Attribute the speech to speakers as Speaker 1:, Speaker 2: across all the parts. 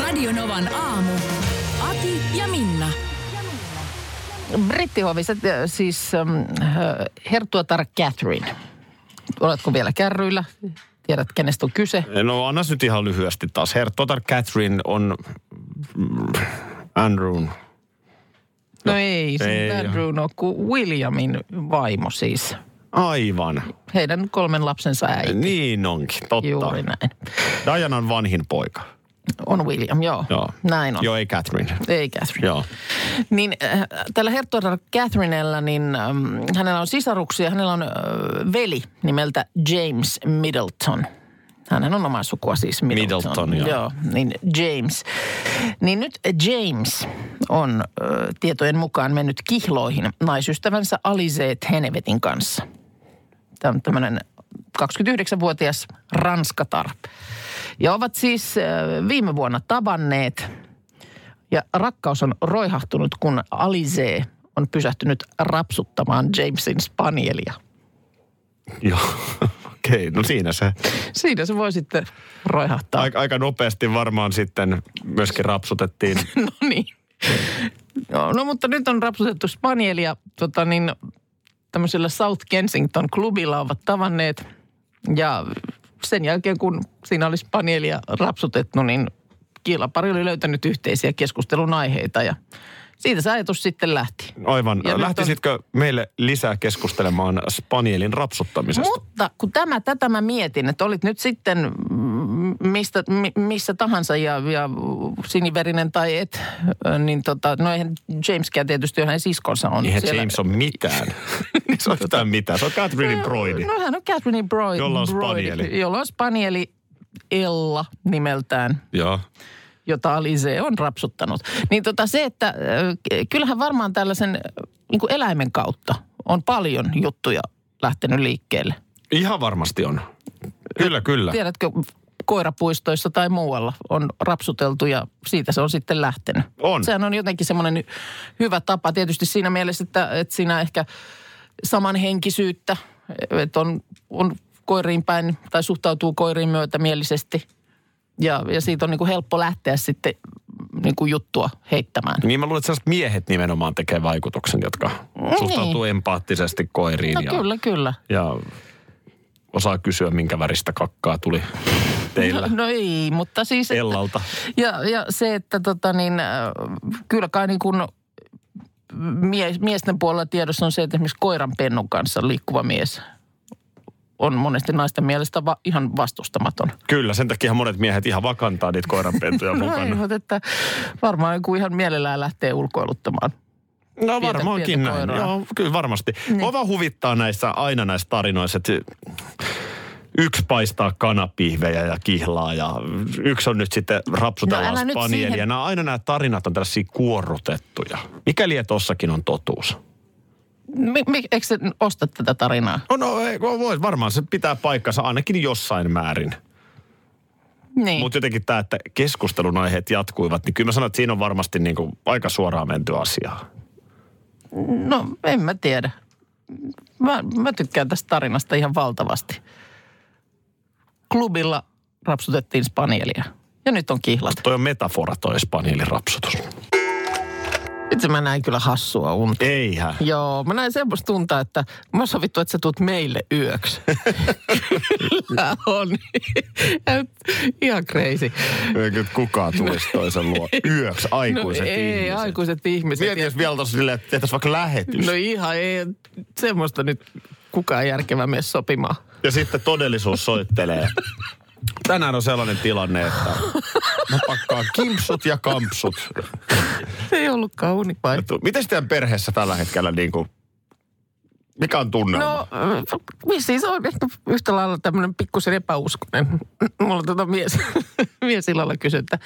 Speaker 1: Radionovan aamu. Ati ja Minna.
Speaker 2: Brittihovissa t- siis ähm, äh, herttuatar Catherine. Oletko vielä kärryillä? Tiedät, kenestä on kyse.
Speaker 3: No anna nyt ihan lyhyesti taas. Herttotar Catherine on mm, Andrewn.
Speaker 2: No, ei,
Speaker 3: ei
Speaker 2: se
Speaker 3: ole.
Speaker 2: on Bruno, kun Williamin vaimo siis.
Speaker 3: Aivan.
Speaker 2: Heidän kolmen lapsensa äiti.
Speaker 3: Niin onkin, totta.
Speaker 2: Juuri näin.
Speaker 3: Dianan vanhin poika.
Speaker 2: On William, joo.
Speaker 3: Joo.
Speaker 2: Näin on.
Speaker 3: Joo, ei Catherine.
Speaker 2: Ei Catherine.
Speaker 3: Joo.
Speaker 2: Niin äh, tällä herttuatar Catherinella, niin ähm, hänellä on sisaruksia. Hänellä on äh, veli nimeltä James Middleton. Hänhän on omaa sukua siis Middleton.
Speaker 3: Middleton, joo.
Speaker 2: joo. niin James. Niin nyt James on äh, tietojen mukaan mennyt kihloihin naisystävänsä Aliseet Henevetin kanssa. Tämä on tämmöinen 29-vuotias ranskatar. Ja ovat siis äh, viime vuonna tavanneet – ja rakkaus on roihahtunut, kun Alize on pysähtynyt rapsuttamaan Jamesin spanielia.
Speaker 3: Joo. Okei, okay, no siinä se.
Speaker 2: Siinä se voi sitten roihahtaa.
Speaker 3: Aika, aika nopeasti varmaan sitten myöskin rapsutettiin.
Speaker 2: No niin. No, no mutta nyt on rapsutettu spanielia tota niin, tämmöisellä South Kensington klubilla ovat tavanneet. Ja sen jälkeen, kun siinä oli spanielia rapsutettu, niin kiilapari oli löytänyt yhteisiä keskustelun aiheita ja siitä se ajatus sitten lähti.
Speaker 3: Aivan.
Speaker 2: Ja nyt on-
Speaker 3: Lähtisitkö meille lisää keskustelemaan Spanielin rapsuttamisesta?
Speaker 2: Mutta kun tämä, tätä mä mietin, että olit nyt sitten mm, mistä, mi- missä tahansa ja, ja siniverinen tai et, ö, niin tota, no eihän Jameskään tietysti, hänen siskonsa on
Speaker 3: Eihän
Speaker 2: siellä.
Speaker 3: James on mitään. se on yhtään mitään. Se on Catherinein broidi.
Speaker 2: No hän on Catherine Broid.
Speaker 3: Jolla on spanieli.
Speaker 2: Jolla on spanieli Ella nimeltään,
Speaker 3: Joo.
Speaker 2: jota Alize on rapsuttanut. Niin tota se, että ö, kyllähän varmaan tällaisen niin kuin eläimen kautta on paljon juttuja lähtenyt liikkeelle.
Speaker 3: Ihan varmasti on. Kyllä, kyllä.
Speaker 2: tiedätkö, koirapuistoissa tai muualla on rapsuteltu ja siitä se on sitten lähtenyt.
Speaker 3: On.
Speaker 2: Sehän on jotenkin semmoinen hyvä tapa tietysti siinä mielessä, että, että siinä ehkä samanhenkisyyttä, että on, on koiriin päin tai suhtautuu koiriin myötämielisesti. Ja, ja siitä on niin kuin helppo lähteä sitten niin kuin juttua heittämään.
Speaker 3: Niin mä luulen, että sellaiset miehet nimenomaan tekee vaikutuksen, jotka suhtautuu empaattisesti koiriin
Speaker 2: Niin. No
Speaker 3: ja,
Speaker 2: kyllä, kyllä.
Speaker 3: ja osaa kysyä, minkä väristä kakkaa tuli teillä
Speaker 2: No ei, mutta siis... että-
Speaker 3: Ellalta.
Speaker 2: Ja, ja se, että tota niin, äh, kyllä kai niin kuin mie, miesten puolella tiedossa on se, että esimerkiksi koiran pennun kanssa liikkuva mies on monesti naisten mielestä va, ihan vastustamaton.
Speaker 3: Kyllä, sen takia monet miehet ihan vakantaa niitä koiranpentuja
Speaker 2: No,
Speaker 3: mukana.
Speaker 2: mutta että varmaan joku ihan mielellään lähtee ulkoiluttamaan.
Speaker 3: No
Speaker 2: pientä-
Speaker 3: varmaankin
Speaker 2: pientä
Speaker 3: näin.
Speaker 2: koiraa.
Speaker 3: Joo, kyllä varmasti. Niin. Mua vaan huvittaa näissä, aina näissä tarinoissa, että yksi paistaa kanapihvejä ja kihlaa ja yksi on nyt sitten
Speaker 2: No
Speaker 3: rapsutellaan
Speaker 2: älä nyt
Speaker 3: spanielia.
Speaker 2: siihen-
Speaker 3: Nämä, aina nämä tarinat on tällaisia kuorrutettuja. Mikäli tossakin on totuus?
Speaker 2: Mi, mi, eikö se osta tätä tarinaa?
Speaker 3: No, no ei, no voi, varmaan se pitää paikkansa ainakin jossain määrin.
Speaker 2: Niin.
Speaker 3: Mutta jotenkin tämä, että keskustelun aiheet jatkuivat, niin kyllä mä sanon, että siinä on varmasti niinku aika suoraan menty asiaa.
Speaker 2: No en mä tiedä. Mä, mä tykkään tästä tarinasta ihan valtavasti. Klubilla rapsutettiin spanielia ja nyt on kihlat.
Speaker 3: Toi on metafora toi spanielin rapsutus.
Speaker 2: Itse mä näin kyllä hassua unta.
Speaker 3: Eihän.
Speaker 2: Joo, mä näin semmoista tuntaa, että mä oon sovittu, että sä tuut meille yöksi. kyllä on. Ihan crazy.
Speaker 3: Eikä kukaan tulisi toisen luo. Yöksi aikuiset
Speaker 2: no, ei,
Speaker 3: ihmiset.
Speaker 2: aikuiset ihmiset.
Speaker 3: Mieti, jos vielä tuossa silleen, että tehtäisiin vaikka lähetys.
Speaker 2: No ihan ei, semmoista nyt kukaan järkevä mene sopimaan.
Speaker 3: Ja sitten todellisuus soittelee. Tänään on sellainen tilanne, että mä pakkaan kimpsut ja kampsut.
Speaker 2: Se ei ollutkaan unipaikka.
Speaker 3: Miten teidän perheessä tällä hetkellä niin kuin, mikä on tunnelma?
Speaker 2: No, äh, vissiin se on ehkä yhtä lailla tämmöinen pikkusen epäuskonen. Mulla tota mies, mies illalla kysyi, että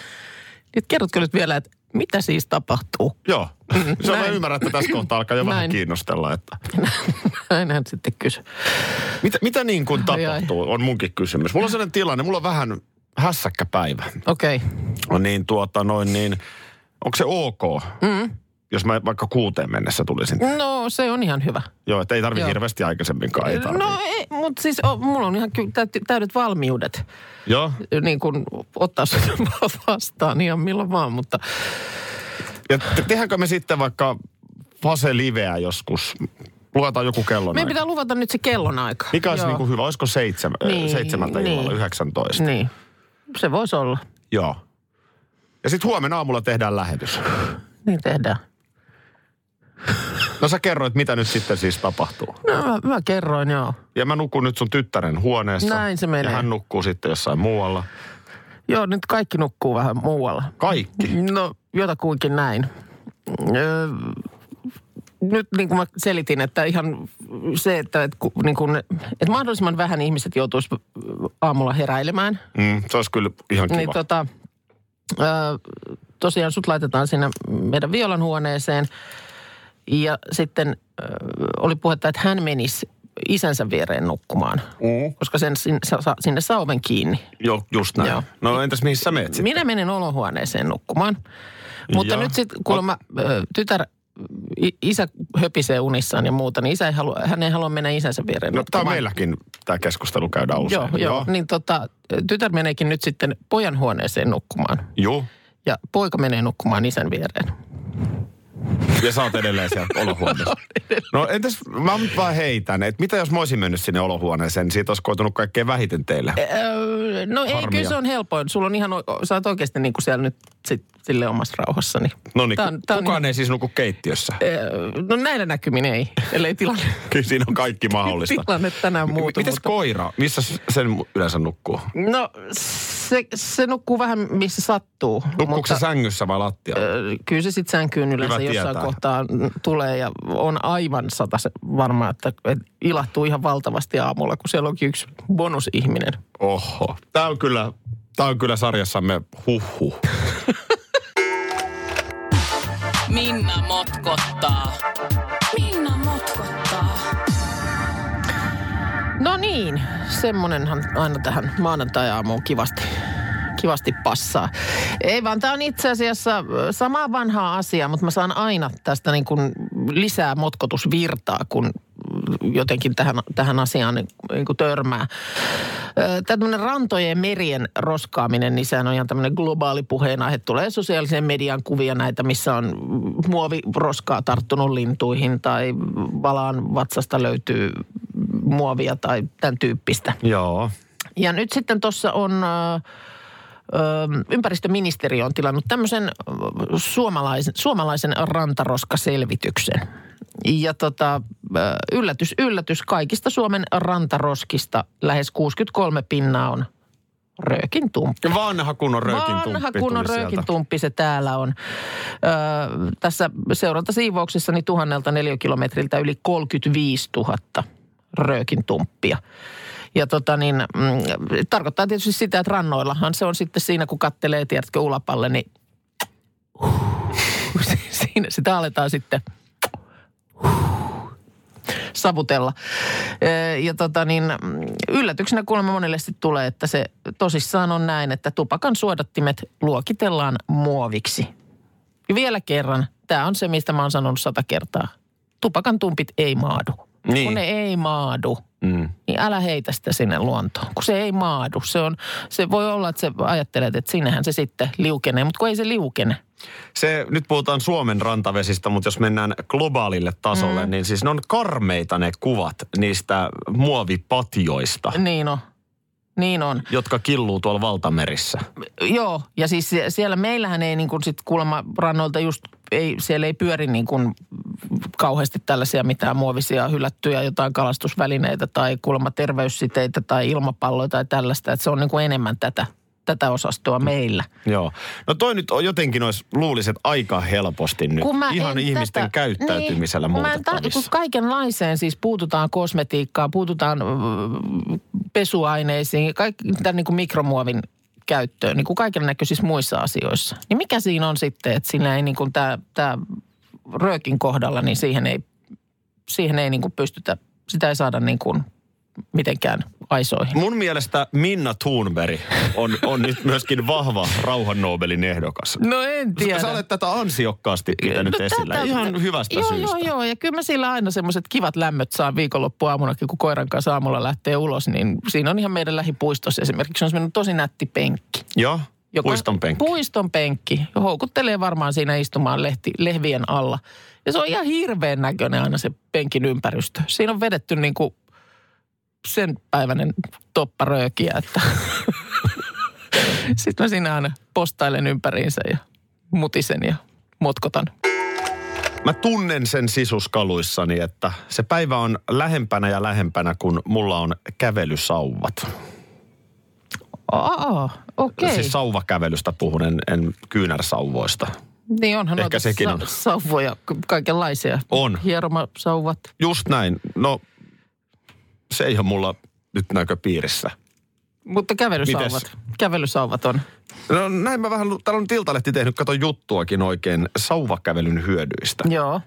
Speaker 2: nyt kerrotko nyt vielä, että mitä siis tapahtuu?
Speaker 3: Joo. Se on mä
Speaker 2: Mm-hmm. näin.
Speaker 3: ymmärrän, että tässä kohtaa alkaa jo vähän
Speaker 2: Näin.
Speaker 3: kiinnostella, että
Speaker 2: Näin hän sitten kysyi.
Speaker 3: mitä, mitä niin kuin
Speaker 2: Ai, ai.
Speaker 3: tapahtuu, on munkin kysymys. Mulla on sellainen tilanne, mulla on vähän hässäkkä päivä.
Speaker 2: Okei. Okay.
Speaker 3: No Niin tuota noin niin, onko se ok? Mm. Jos mä vaikka kuuteen mennessä tulisin.
Speaker 2: No se on ihan hyvä.
Speaker 3: Joo, että ei tarvi
Speaker 2: Joo.
Speaker 3: hirveästi aikaisemminkaan. Ei tarvi.
Speaker 2: No ei, mutta siis o, mulla on ihan ky- täyt- täydet valmiudet
Speaker 3: Joo.
Speaker 2: niin kun ottaa sen vastaan ihan milloin vaan, mutta
Speaker 3: Ja te- tehdäänkö me sitten vaikka fase liveä joskus? Luetaan joku kello.
Speaker 2: meidän pitää luvata nyt se kellonaika.
Speaker 3: Mikä olisi
Speaker 2: Joo.
Speaker 3: niin kuin hyvä? Olisiko seitsemä,
Speaker 2: Niin,
Speaker 3: niin, seitsemältä niin. illalla,
Speaker 2: niin.
Speaker 3: 19?
Speaker 2: Niin, se voisi olla.
Speaker 3: Joo. Ja sitten huomenna aamulla tehdään lähetys.
Speaker 2: Niin tehdään.
Speaker 3: No sä kerroit, mitä nyt sitten siis tapahtuu.
Speaker 2: No mä, mä kerroin joo.
Speaker 3: Ja mä nukun nyt sun tyttären huoneessa.
Speaker 2: Näin se menee.
Speaker 3: Ja hän nukkuu sitten jossain muualla.
Speaker 2: Joo, nyt kaikki nukkuu vähän muualla.
Speaker 3: Kaikki.
Speaker 2: No, jotakuinkin näin. Öö, nyt niin kuin mä selitin, että ihan se, että, että, ku- niin kuin, että mahdollisimman vähän ihmiset joutuisi aamulla heräilemään.
Speaker 3: Mm, se olisi kyllä ihan kiva.
Speaker 2: Mm-hmm. Niin tota, öö, tosiaan sut laitetaan sinne meidän violan huoneeseen. Ja sitten öö, oli puhetta, että hän menisi isänsä viereen nukkumaan,
Speaker 3: Mm.
Speaker 2: koska sen, sinne, sa- sinne saa oven kiinni.
Speaker 3: Joo, just näin.
Speaker 2: Joo.
Speaker 3: Joo. No entäs mihin sä meet sitten?
Speaker 2: Minä menen olohuoneeseen nukkumaan. Mutta
Speaker 3: Joo.
Speaker 2: nyt sitten kuulemma ö, tytär, i- isä höpisee unissaan ja muuta, niin isä ei halua, hän ei halua mennä isänsä viereen
Speaker 3: No tää
Speaker 2: nukkumaan.
Speaker 3: meilläkin tämä keskustelu käydään
Speaker 2: Joo,
Speaker 3: usein.
Speaker 2: joo. joo. Niin tota, tytär meneekin nyt sitten pojan huoneeseen nukkumaan.
Speaker 3: Joo.
Speaker 2: Ja poika menee nukkumaan isän viereen.
Speaker 3: Ja sä oot edelleen siellä olohuoneessa. No entäs, mä nyt vaan heitän, että mitä jos mä olisin mennyt sinne olohuoneeseen, niin siitä olisi koitunut kaikkein vähiten teille.
Speaker 2: Öö, no ei,
Speaker 3: Harmia.
Speaker 2: kyllä se on helpoin. Sulla on ihan, o- o- sä oot oikeasti niin kuin siellä nyt sit, sille omassa rauhassa. Niin.
Speaker 3: No niin,
Speaker 2: Tää on- tää on
Speaker 3: kukaan ei siis nuku keittiössä.
Speaker 2: Öö, no näillä näkymin ei, ellei tilanne,
Speaker 3: Kyllä siinä on kaikki mahdollista.
Speaker 2: tilanne tänään muutu.
Speaker 3: Mites
Speaker 2: mutta-
Speaker 3: koira? Missä s- sen yleensä nukkuu?
Speaker 2: No se, se nukkuu vähän missä sattuu.
Speaker 3: Nukkuuko se sängyssä vai lattialla?
Speaker 2: ö, Kyllä se sitten sänkyyn yleensä
Speaker 3: Hyvä
Speaker 2: jossain
Speaker 3: tietää.
Speaker 2: kohtaa tulee ja on aivan sata se varma, että et ilahtuu ihan valtavasti aamulla, kun siellä onkin yksi bonusihminen.
Speaker 3: Oho. Tää on kyllä, tää on kyllä sarjassamme huhhuh.
Speaker 1: Minna motkottaa. Minna motkottaa.
Speaker 2: No niin, semmonenhan aina tähän maanantai-aamuun kivasti, kivasti passaa. Ei vaan, tämä on itse asiassa ö, samaa vanhaa asiaa, mutta mä saan aina tästä niin kuin lisää motkotusvirtaa, kun jotenkin tähän, tähän asiaan niin niin kuin törmää. Tämä tämmöinen rantojen ja merien roskaaminen, niin sehän on ihan tämmöinen globaali puheenaihe. Tulee sosiaalisen median kuvia näitä, missä on muoviroskaa tarttunut lintuihin tai valaan vatsasta löytyy muovia tai tämän tyyppistä.
Speaker 3: Joo.
Speaker 2: Ja nyt sitten tuossa on... ö, ö, Ympäristöministeriö on tilannut tämmöisen ö, suomalaisen, suomalaisen rantaroskaselvityksen. Ja tota, ö, yllätys, yllätys, kaikista Suomen rantaroskista lähes 63 pinnaa on röökintumppi.
Speaker 3: Vanha kunnon röökintumppi
Speaker 2: Vanha
Speaker 3: tuli
Speaker 2: kunnon
Speaker 3: sieltä.
Speaker 2: röökintumppi se täällä on. Öö, tässä seurantasiivouksessa niin tuhannelta neliökilometriltä yli 35 000 röökintumppia. Ja tota niin, mm, tarkoittaa tietysti sitä, että rannoillahan se on sitten siinä, kun kattelee, tiedätkö, ulapalle, niin siinä sitä aletaan sitten savutella. Ö, Ja tota niin, mm, yllätyksenä kuulemma monelle sitten tulee, että se tosissaan on näin, että tupakan suodattimet luokitellaan muoviksi. Ja vielä kerran, tämä on se, mistä mä oon sanonut sata kertaa. Tupakan tumpit ei maadu.
Speaker 3: Niin.
Speaker 2: Kun ne ei maadu,
Speaker 3: Mm.
Speaker 2: niin älä heitä sitä sinne luontoon, kun se ei maadu. Se, on, se voi olla, että sä ajattelet, että sinnehän se sitten liukenee, mutta kun ei se liukene.
Speaker 3: Se, nyt puhutaan Suomen rantavesistä, mutta jos mennään globaalille tasolle, mm. niin siis ne on karmeita ne kuvat niistä muovipatjoista,
Speaker 2: Niin on. Niin on.
Speaker 3: jotka killuu tuolla valtamerissä.
Speaker 2: Joo, ja siis sie- siellä meillähän ei niin kuin sit kuulemma rannoilta just, ei, siellä ei pyöri niin kuin kauheasti tällaisia mitään muovisia hylättyjä jotain kalastusvälineitä tai kuulemma terveyssiteitä tai ilmapalloja tai tällaista. Että se on niin kuin enemmän tätä, tätä osastoa meillä.
Speaker 3: Joo. No toi nyt on jotenkin olisi, luuliset aika helposti nyt.
Speaker 2: Kun mä
Speaker 3: Ihan
Speaker 2: en
Speaker 3: Niin, ihmisten
Speaker 2: tätä,
Speaker 3: käyttäytymisellä
Speaker 2: niin, kun mä en ta-
Speaker 3: muutettavissa.
Speaker 2: kun kaikenlaiseen siis puututaan kosmetiikkaan, puututaan ö, pesuaineisiin, kaikki, tämän niin kuin mikromuovin käyttöön, niin kuin kaiken näköisissä muissa asioissa. Niin mikä siinä on sitten, että siinä ei niin kuin tämä, tämä röökin kohdalla, niin siihen ei, siihen ei niin kuin pystytä, sitä ei saada niin kuin mitenkään aisoihin.
Speaker 3: Mun mielestä Minna Thunberg on, on nyt myöskin vahva rauhan Nobelin ehdokas.
Speaker 2: No en tiedä.
Speaker 3: Sä olet tätä ansiokkaasti pitänyt no, esillä. Tätä, Ihan hyvästä
Speaker 2: joo,
Speaker 3: syystä.
Speaker 2: Joo, joo, ja kyllä mä sillä aina semmoiset kivat lämmöt saan viikonloppuaamunakin, kun koiran kanssa aamulla lähtee ulos, niin siinä on ihan meidän lähipuistossa esimerkiksi on semmoinen tosi nätti penkki.
Speaker 3: Joo, joka, puiston penkki.
Speaker 2: Puiston penkki. Houkuttelee varmaan siinä istumaan lehti, lehvien alla. Ja se on ihan hirveän näköinen aina se penkin ympäristö. Siinä on vedetty niin kuin sen päiväinen topparöökiä, että sitten mä siinä aina postailen ympäriinsä ja mutisen ja motkotan.
Speaker 3: Mä tunnen sen sisuskaluissani, että se päivä on lähempänä ja lähempänä, kun mulla on kävelysauvat.
Speaker 2: Aa, okei. Okay.
Speaker 3: Siis sauvakävelystä puhun, en, en kyynärsauvoista.
Speaker 2: Niin onhan
Speaker 3: Ehkä sekin
Speaker 2: sa-
Speaker 3: on.
Speaker 2: sauvoja, kaikenlaisia.
Speaker 3: On.
Speaker 2: Hieromasauvat.
Speaker 3: Just näin. No, se ei ole mulla nyt näköpiirissä.
Speaker 2: Mutta kävelysauvat.
Speaker 3: Mites?
Speaker 2: Kävelysauvat on.
Speaker 3: No näin mä vähän, täällä on Tiltalehti tehnyt, kato juttuakin oikein, sauvakävelyn hyödyistä.
Speaker 2: Joo.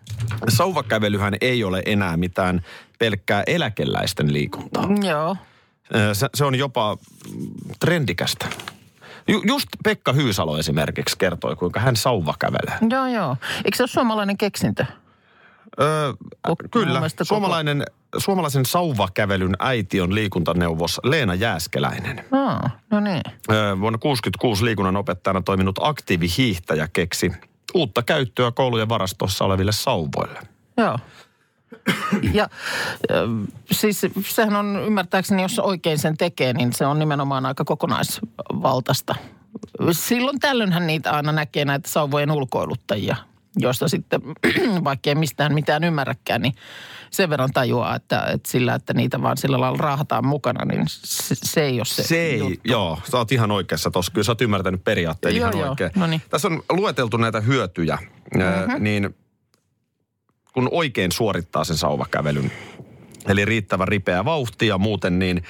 Speaker 3: Sauvakävelyhän ei ole enää mitään pelkkää eläkeläisten liikuntaa.
Speaker 2: Joo.
Speaker 3: Ö, Se, se on jopa mm, trendikästä. Ju, just Pekka Hyysalo esimerkiksi kertoi, kuinka hän sauvakävelee.
Speaker 2: Joo, joo. Eikö se ole suomalainen keksintö?
Speaker 3: Öö,
Speaker 2: Kok- mun
Speaker 3: kyllä,
Speaker 2: mielestä koko-
Speaker 3: suomalainen, suomalaisen sauvakävelyn äiti on liikuntaneuvos Leena Jääskeläinen.
Speaker 2: Aa, no niin.
Speaker 3: Öö, Vuonna 66 liikunnan opettajana toiminut aktiivihiihtäjä keksi uutta käyttöä koulujen varastossa oleville sauvoille.
Speaker 2: Joo. Ja ö, siis sehän on ymmärtääkseni, jos oikein sen tekee, niin se on nimenomaan aika kokonaisvaltaista. Silloin tällöinhän niitä aina näkee näitä sauvojen ulkoiluttajia, joista sitten, vaikka ei mistään mitään ymmärräkään, niin sen verran tajuaa, että, että sillä, että niitä vaan sillä lailla raahataan mukana, niin se, se ei ole se,
Speaker 3: Se ei,
Speaker 2: juttu.
Speaker 3: joo, sä oot ihan oikeassa tossa. Kyllä sä oot ymmärtänyt periaatteen
Speaker 2: Joo,
Speaker 3: ihan
Speaker 2: joo,
Speaker 3: oikein.
Speaker 2: no niin.
Speaker 3: Tässä on lueteltu näitä hyötyjä, mm-hmm. niin kun oikein suorittaa sen sauvakävelyn, eli riittävän ripeä vauhti ja muuten, niin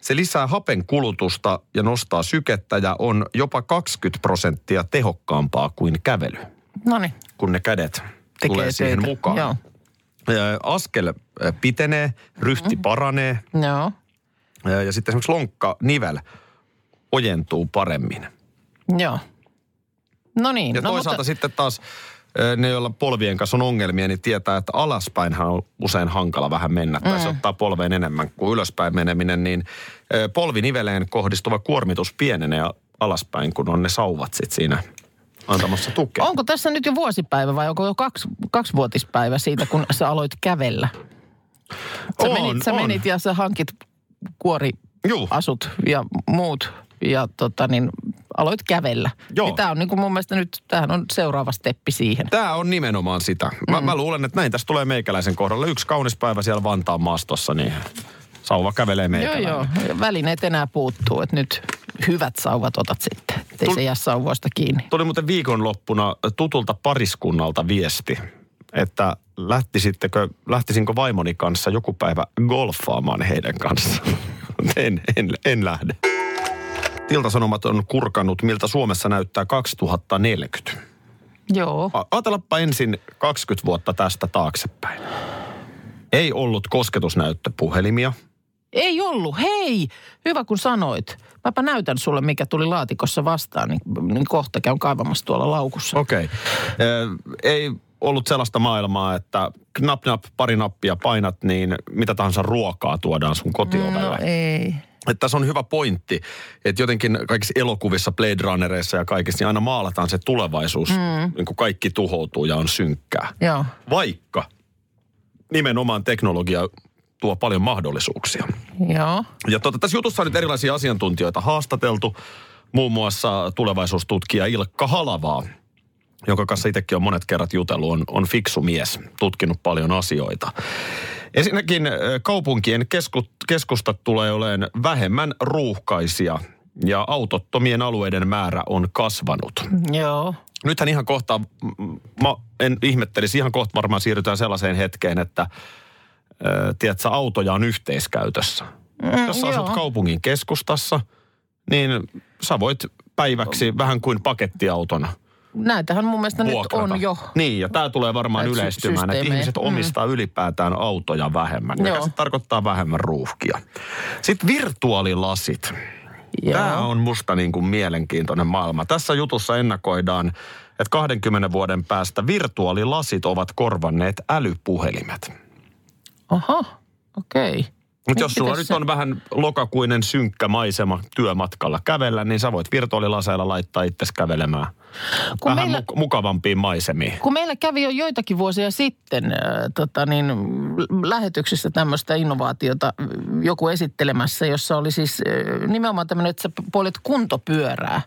Speaker 3: se lisää hapen kulutusta ja nostaa sykettä ja on jopa 20 prosenttia tehokkaampaa kuin kävely,
Speaker 2: No niin,
Speaker 3: kun ne kädet
Speaker 2: tekee
Speaker 3: tulee siihen
Speaker 2: töitä.
Speaker 3: mukaan.
Speaker 2: Joo,
Speaker 3: Ö, Askel ö, pitenee, ryhti
Speaker 2: Mm-hmm.
Speaker 3: paranee
Speaker 2: joo,
Speaker 3: ö, ja sitten esimerkiksi lonkka, nivel ojentuu paremmin.
Speaker 2: joo. No niin.
Speaker 3: Ja
Speaker 2: no,
Speaker 3: no, toisaalta mutta... sitten taas ö, ne, joilla polvien kanssa on ongelmia, niin tietää, että alaspäinhän on usein hankala vähän mennä. Mm. Tai se ottaa polveen enemmän kuin ylöspäin meneminen, niin ö, polviniveleen kohdistuva kuormitus pienenee a- alaspäin, kun on ne sauvat sit siinä antamassa tukea.
Speaker 2: Onko tässä nyt jo vuosipäivä vai onko jo kaksi, kaksivuotispäivä siitä, kun sä aloit kävellä? Sä,
Speaker 3: On,
Speaker 2: menit, sä
Speaker 3: on.
Speaker 2: menit ja sä hankit
Speaker 3: Juu.
Speaker 2: kuoriasut ja muut ja tota niin, aloit kävellä.
Speaker 3: Joo.
Speaker 2: Niin tää on niin kuin mun mielestä nyt, tämähän on seuraava steppi siihen.
Speaker 3: Tämä on nimenomaan sitä. Mä, mm. mä luulen, että näin tässä tulee meikäläisen kohdalla. Yksi kaunis päivä siellä Vantaan maastossa, niin sauva kävelee
Speaker 2: Joo,
Speaker 3: meikäläinen.
Speaker 2: joo. Välineet enää puuttuu, että nyt hyvät sauvat otat sitten, ettei
Speaker 3: Tul-
Speaker 2: se jää sauvoista kiinni.
Speaker 3: Tuli muuten viikonloppuna tutulta pariskunnalta viesti, että lähtisittekö, lähtisinkö vaimoni kanssa joku päivä golfaamaan heidän kanssaan. en, en, en lähde. Tiltasanomat on kurkannut, miltä Suomessa näyttää 2040.
Speaker 2: Joo.
Speaker 3: A- Ajatellaanpa ensin 20 vuotta tästä taaksepäin. Ei ollut kosketusnäyttöpuhelimia.
Speaker 2: Ei ollut, hei! Hyvä kun sanoit. Mäpä näytän sulle, mikä tuli laatikossa vastaan, niin, niin kohta käyn kaivamassa tuolla laukussa.
Speaker 3: Okei. Okay. Ei ollut sellaista maailmaa, että knap knap, pari nappia painat, niin mitä tahansa ruokaa tuodaan sun kotiovelle. No,
Speaker 2: ei.
Speaker 3: että tässä on hyvä pointti, että jotenkin kaikissa elokuvissa, Blade Runnereissa ja kaikissa, niin aina maalataan se tulevaisuus, mm. niin kuin kaikki tuhoutuu ja on synkkää.
Speaker 2: Joo.
Speaker 3: Vaikka nimenomaan teknologia tuo paljon mahdollisuuksia.
Speaker 2: Joo.
Speaker 3: Ja tuota, tässä jutussa on nyt erilaisia asiantuntijoita haastateltu, muun muassa tulevaisuustutkija Ilkka Halavaa, jonka kanssa itsekin on monet kerrat jutellut, on, on fiksu mies, tutkinut paljon asioita. Ensinnäkin ö, kaupunkien kesku, keskustat tulee olemaan vähemmän ruuhkaisia ja autottomien alueiden määrä on kasvanut.
Speaker 2: Joo.
Speaker 3: Nythän ihan kohta, mm, mä en ihmettelisi, ihan kohta varmaan siirrytään sellaiseen hetkeen, että ö, tiedätkö, autoja on yhteiskäytössä.
Speaker 2: Mm,
Speaker 3: Jos sä asut
Speaker 2: joo.
Speaker 3: kaupungin keskustassa, niin sä voit päiväksi vähän kuin pakettiautona
Speaker 2: Näitähän mun mielestä
Speaker 3: vuokrata.
Speaker 2: No. nyt on jo.
Speaker 3: Niin, ja tämä tulee varmaan
Speaker 2: Näitä sy-
Speaker 3: yleistymään, että
Speaker 2: systeemejä.
Speaker 3: ihmiset
Speaker 2: Mm.
Speaker 3: omistaa ylipäätään autoja vähemmän, mikä
Speaker 2: Joo.
Speaker 3: se tarkoittaa vähemmän ruuhkia. Sitten virtuaalilasit.
Speaker 2: Joo.
Speaker 3: Tämä on musta niin kuin mielenkiintoinen maailma. Tässä jutussa ennakoidaan, että 20 vuoden päästä virtuaalilasit ovat korvanneet älypuhelimet.
Speaker 2: Aha, okei.
Speaker 3: Mutta jos
Speaker 2: Niin,
Speaker 3: sulla
Speaker 2: mitäs
Speaker 3: nyt
Speaker 2: se-
Speaker 3: on vähän lokakuinen synkkä maisema työmatkalla kävellä, niin sä voit virtuaalilaseilla laittaa itses kävelemään
Speaker 2: Kun
Speaker 3: vähän
Speaker 2: meillä-
Speaker 3: meillä... mukavampiin maisemiin.
Speaker 2: Kun meillä kävi jo joitakin vuosia sitten äh, tota niin, l- lähetyksessä tämmöistä innovaatiota äh, joku esittelemässä, jossa oli siis äh, nimenomaan tämmöinen, että sä poljet kuntopyörää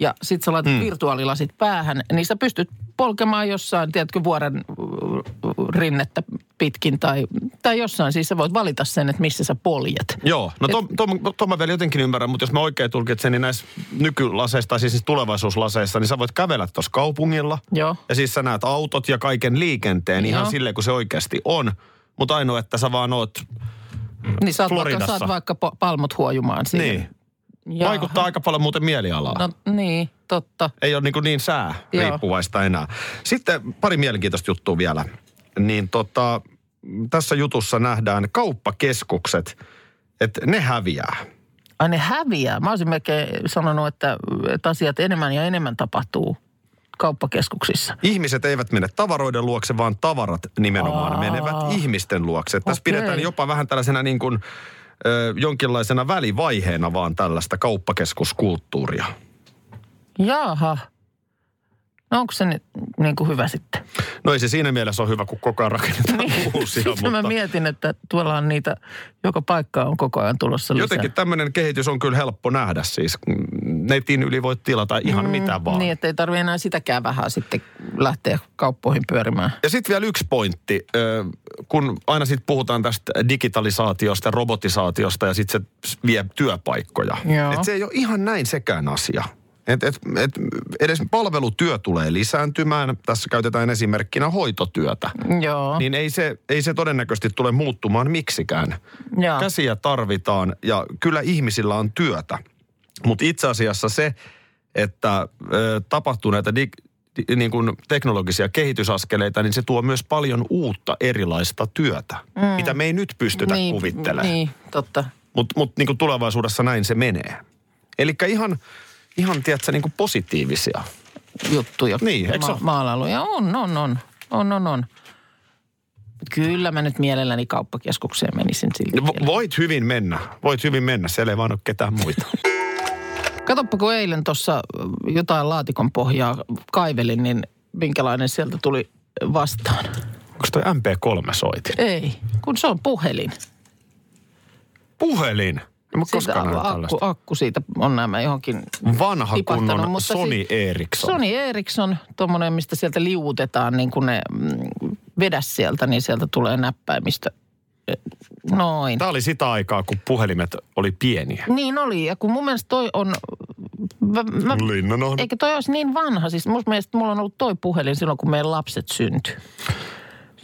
Speaker 2: ja sit sä laitat mm. virtuaalilasit päähän, niin sä pystyt polkemaan jossain, tiedätkö, vuoren äh, rinnettä pitkin tai, tai jossain. Siis sä voit valita sen, että missä sä poljet.
Speaker 3: Joo, no Tom, Tom, Tom mä vielä jotenkin ymmärrän, mutta jos mä oikein tulkitsen, niin näissä nykylaseissa, tai siis niissä tulevaisuuslaseissa, niin sä voit kävellä tuossa kaupungilla.
Speaker 2: Joo.
Speaker 3: Ja siis sä näet autot ja kaiken liikenteen ihan
Speaker 2: Joo.
Speaker 3: silleen, kun se oikeasti on. Mutta ainoa, että sä vaan oot,
Speaker 2: Niin saat vaikka,
Speaker 3: Floridassa.
Speaker 2: saat vaikka po- palmut huojumaan siihen.
Speaker 3: niin,
Speaker 2: Jaaha.
Speaker 3: Jaha. vaikuttaa aika paljon muuten mielialaa. No.
Speaker 2: No niin, totta.
Speaker 3: Ei ole niin, kuin niin sää
Speaker 2: Joo.
Speaker 3: riippuvaista enää. Sitten pari mielenkiintoista juttua vielä. Niin tota, tässä jutussa nähdään kauppakeskukset, että ne häviää.
Speaker 2: Ai ne häviää. Mä olisin melkein sanonut, että, että asiat enemmän ja enemmän tapahtuu kauppakeskuksissa.
Speaker 3: Ihmiset eivät mene tavaroiden luokse, vaan tavarat nimenomaan
Speaker 2: Aa.
Speaker 3: Aa. menevät ihmisten luokse. Tässä
Speaker 2: Okei.
Speaker 3: pidetään jopa vähän tällaisena niin kuin, ö, jonkinlaisena välivaiheena vaan tällaista kauppakeskuskulttuuria.
Speaker 2: Jaaha. No onko se nyt niin kuin hyvä sitten?
Speaker 3: No ei se siinä mielessä ole hyvä, kun koko ajan rakennetaan uusia,
Speaker 2: Sitten Niin. mä
Speaker 3: mutta
Speaker 2: mietin, että tuolla on niitä, joka paikka on koko ajan tulossa lisää.
Speaker 3: jotenkin tämmöinen kehitys on kyllä helppo nähdä siis. Netin yli voit tilata ihan mm, mitä vaan.
Speaker 2: Niin, että ei tarvitse enää sitäkään vähän sitten lähteä kauppoihin pyörimään.
Speaker 3: Ja sitten vielä yksi pointti, ö, kun aina sitten puhutaan tästä digitalisaatiosta, robotisaatiosta ja sitten se vie työpaikkoja.
Speaker 2: Joo.
Speaker 3: Et se ei ole ihan näin sekään asia. Et, et, et edes palvelutyö tulee lisääntymään. Tässä käytetään esimerkkinä hoitotyötä.
Speaker 2: Joo, niin,
Speaker 3: Niin ei se, ei se todennäköisesti tule muuttumaan miksikään.
Speaker 2: joo.
Speaker 3: Käsiä tarvitaan ja kyllä ihmisillä on työtä. Mutta itse asiassa se, että ö, tapahtuu näitä dig, di- niin kuin teknologisia kehitysaskeleita, niin se tuo myös paljon uutta erilaista työtä, mm. mitä me ei nyt pystytä niin, kuvittelemaan. Niin.
Speaker 2: Niin, totta.
Speaker 3: Mutta mut, niin tulevaisuudessa näin se menee. Eli ihan, ihan tiedätkö, niin kuin positiivisia.
Speaker 2: juttuja.
Speaker 3: Niin, eikö se ole?
Speaker 2: Maalailuja on, on, on, on, on, on. Mut Kyllä mä nyt mielelläni kauppakeskukseen menisin silti.
Speaker 3: Vo-
Speaker 2: vielä.
Speaker 3: Voit hyvin mennä, voit hyvin mennä, siellä ei vaan ole ketään muita.
Speaker 2: Katoppa, kun eilen tuossa jotain laatikon pohjaa kaivelin, niin minkälainen sieltä tuli vastaan.
Speaker 3: Onko toi MP3 soitin?
Speaker 2: Ei, kun se on puhelin.
Speaker 3: Puhelin! En mä No, koskaan nähnyt
Speaker 2: akku,
Speaker 3: tällaista.
Speaker 2: akku siitä on nämä johonkin
Speaker 3: Vanha
Speaker 2: tipahtanut,
Speaker 3: kunnon
Speaker 2: mutta
Speaker 3: Sony
Speaker 2: siis-
Speaker 3: Ericsson.
Speaker 2: Sony Ericsson, tuommoinen, mistä sieltä liuutetaan, niin kun ne mm, vedä sieltä, niin sieltä tulee näppäimistä. Noin.
Speaker 3: Tämä oli sitä aikaa, kun puhelimet oli pieniä.
Speaker 2: Niin oli, ja kun mun mielestä toi on... Mä, mä,
Speaker 3: Linnan on.
Speaker 2: eikä toi olisi niin vanha. Siis mun mielestä mulla on ollut toi puhelin silloin, kun meidän lapset syntyi.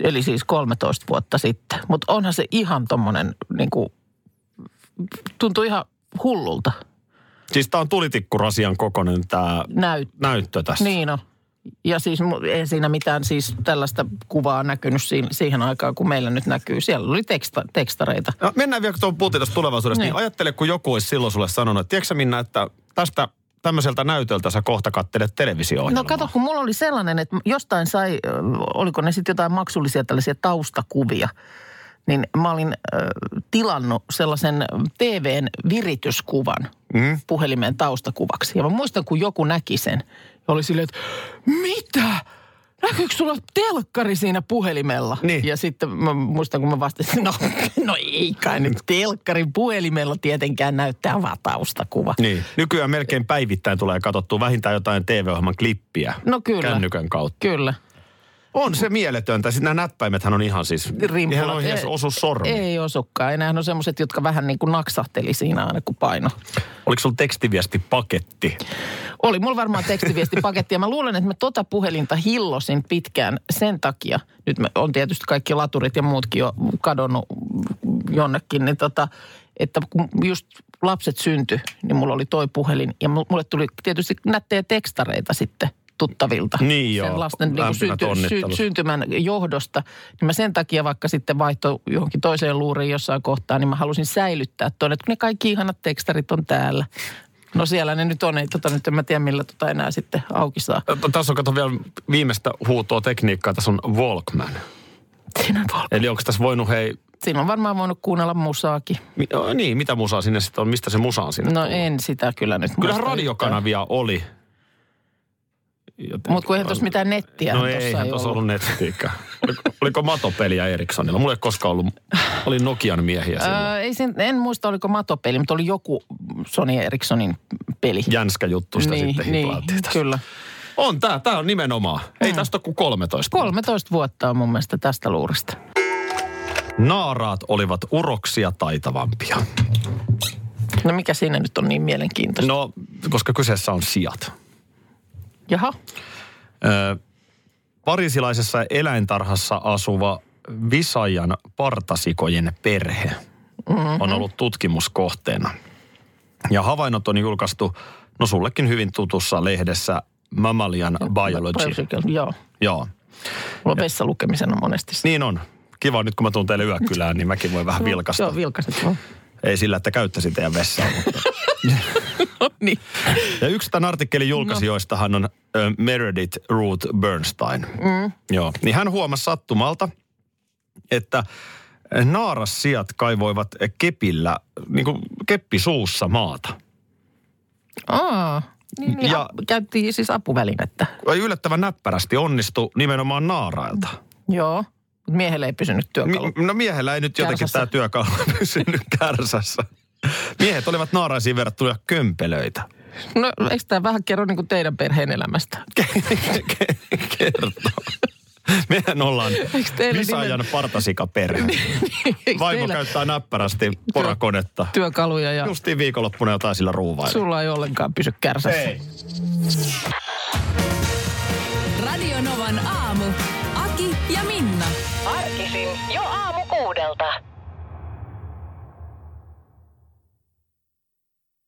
Speaker 2: Eli siis 13 vuotta sitten. Mutta onhan se ihan tommonen, niinku, tuntuu ihan hullulta
Speaker 3: Siis tämä on tulitikkurasian kokoinen tämä
Speaker 2: näyt.
Speaker 3: näyttö tässä.
Speaker 2: Niin on. Ja siis mu- ei siinä mitään siis tällaista kuvaa näkynyt si- siihen aikaan, kun meillä nyt näkyy. Siellä oli teksta- tekstareita.
Speaker 3: No, mennään vielä, kun tuohon puhuttiin tuosta tulevaisuudesta, niin.
Speaker 2: Niin.
Speaker 3: niin ajattele, kun joku olisi silloin sulle sanonut, että tiedätkö sä, Minna, että tästä tämmöiseltä näytöltä sä kohta kattelet televisio
Speaker 2: No kato, kun mulla oli sellainen, että jostain sai, ö, oliko ne sitten jotain maksullisia tällaisia taustakuvia, niin mä olin ö, tilannut sellaisen TVn virityskuvan mm. puhelimen taustakuvaksi. Ja mä muistan, kun joku näki sen, ja oli silleen, että mitä? Näkyykö sulla telkkari siinä puhelimella?
Speaker 3: Niin.
Speaker 2: Ja sitten mä muistan, kun mä vastasin, no, no ei kai
Speaker 3: Mm.
Speaker 2: nyt telkkarin puhelimella tietenkään näyttää vaan taustakuva.
Speaker 3: Niin. Nykyään melkein päivittäin tulee katsottua vähintään jotain TV-ohjelman klippiä
Speaker 2: No kyllä.
Speaker 3: kännykän kautta.
Speaker 2: Kyllä.
Speaker 3: On se mieletöntä. Sitten nämä näppäimethän on ihan siis,
Speaker 2: rimpulat.
Speaker 3: ihan on edes
Speaker 2: Ei-
Speaker 3: osu sormi.
Speaker 2: Ei osukaan. Enää on semmoiset, jotka vähän niin kuin naksahteli siinä aina kun paino.
Speaker 3: Oliko sulla tekstiviesti paketti?
Speaker 2: Oli mulla varmaan tekstiviestipaketti ja mä luulen, että mä tota puhelinta hillosin pitkään sen takia. Nyt mä, on tietysti kaikki laturit ja muutkin jo kadonnut jonnekin, niin tota, että kun just lapset syntyi, niin mulla oli toi puhelin ja mu- mulle tuli tietysti nättejä tekstareita sitten tuttavilta
Speaker 3: Niin joo,
Speaker 2: sen lasten niin
Speaker 3: lämpimät
Speaker 2: synty, sy,
Speaker 3: onnittelut.
Speaker 2: syntymän johdosta. Niin mä sen takia vaikka sitten vaihto johonkin toiseen luuriin jossain kohtaa, niin mä halusin säilyttää tuonne, kun ne kaikki ihanat tekstarit on täällä. No siellä ne nyt on, ei tota nyt en mä tiedä millä tota enää sitten auki saa.
Speaker 3: Tässä on kato vielä viimeistä huutoa tekniikkaa. Tässä on Walkman.
Speaker 2: Siinä on, val-
Speaker 3: Eli onko tässä voinut hei...
Speaker 2: siinä on varmaan voinut kuunnella musaakin.
Speaker 3: mi- oh, Niin, mitä musaa sinne sitten on? Mistä se musa on sinne?
Speaker 2: No en sitä kyllä nyt
Speaker 3: Kyllähän
Speaker 2: muista
Speaker 3: radiokanavia oli. Joten-
Speaker 2: Mutta kun eihän tuossa mitään nettiä.
Speaker 3: No
Speaker 2: tossa
Speaker 3: eihän tuossa ollut nettiikään. oliko, oliko matopeliä Ericssonilla? Mulla ei koskaan ollut. Oli Nokian miehiä silloin.
Speaker 2: Öö, ei sen, en muista, oliko matopeli, mutta oli joku Sony Ericssonin peli.
Speaker 3: Jänskä juttu sitä niin, sitten
Speaker 2: niin,
Speaker 3: hiplailtiin tässä.
Speaker 2: kyllä.
Speaker 3: On tää, tää on nimenomaan. Ei tästä ole kuin 13.
Speaker 2: 13 vuotta on mun mielestä tästä luurista.
Speaker 3: Naaraat olivat uroksia taitavampia.
Speaker 2: No mikä siinä nyt on niin mielenkiintoista? No.
Speaker 3: No, koska kyseessä on sijat.
Speaker 2: Jaha,
Speaker 3: Ö, parisilaisessa eläintarhassa asuva Visajan partasikojen perhe mm-hmm. on ollut tutkimuskohteena. Ja havainnot on julkaistu, no sullekin hyvin tutussa lehdessä Mammalian Biology.
Speaker 2: Biological, joo.
Speaker 3: Joo,
Speaker 2: Mulla on vessa lukemisena monesti. se.
Speaker 3: niin on. Kiva, nyt kun mä tuun teille yökylään, niin mäkin voin vähän vilkasta.
Speaker 2: Joo, vilkaset vaan.
Speaker 3: Ei sillä, että käyttäisin teidän vessaa, mutta...
Speaker 2: No niin.
Speaker 3: Ja yksi tämän artikkelin
Speaker 2: No.
Speaker 3: julkaisijoistahan on ö, Meredith Ruth Bernstein. Mm. Joo. Niin hän huomasi sattumalta, että naarassijat kaivoivat kepillä, niin kuin keppi suussa maata.
Speaker 2: Aa, niin, ja,
Speaker 3: Ja-
Speaker 2: ja käytiin siis apuvälinettä.
Speaker 3: Ei Yllättävän näppärästi onnistu nimenomaan naarailta.
Speaker 2: Joo, mutta miehelle ei pysynyt työkalu.
Speaker 3: Mi- no miehellä ei nyt jotenkin
Speaker 2: Kärsässä.
Speaker 3: tämä työkalu pysynyt kärsässä. Miehet olivat naaraisiin verrattuna kömpelöitä.
Speaker 2: No eikö tämä vähän kerro niin kuin teidän perheen elämästä?
Speaker 3: Kertoo. Mehän ollaan
Speaker 2: teillä
Speaker 3: Visajan partasikaperhe.
Speaker 2: Eikö
Speaker 3: Vaimo
Speaker 2: teillä
Speaker 3: käyttää näppärästi porakonetta.
Speaker 2: työkaluja ja
Speaker 3: Justiin viikonloppuna jotain sillä ruuvailla.
Speaker 2: sulla ei ollenkaan pysy kärsässä.
Speaker 3: Ei.
Speaker 1: Radio Novan aamu. Aki ja Minna.
Speaker 4: Arkisin jo aamu kuudelta.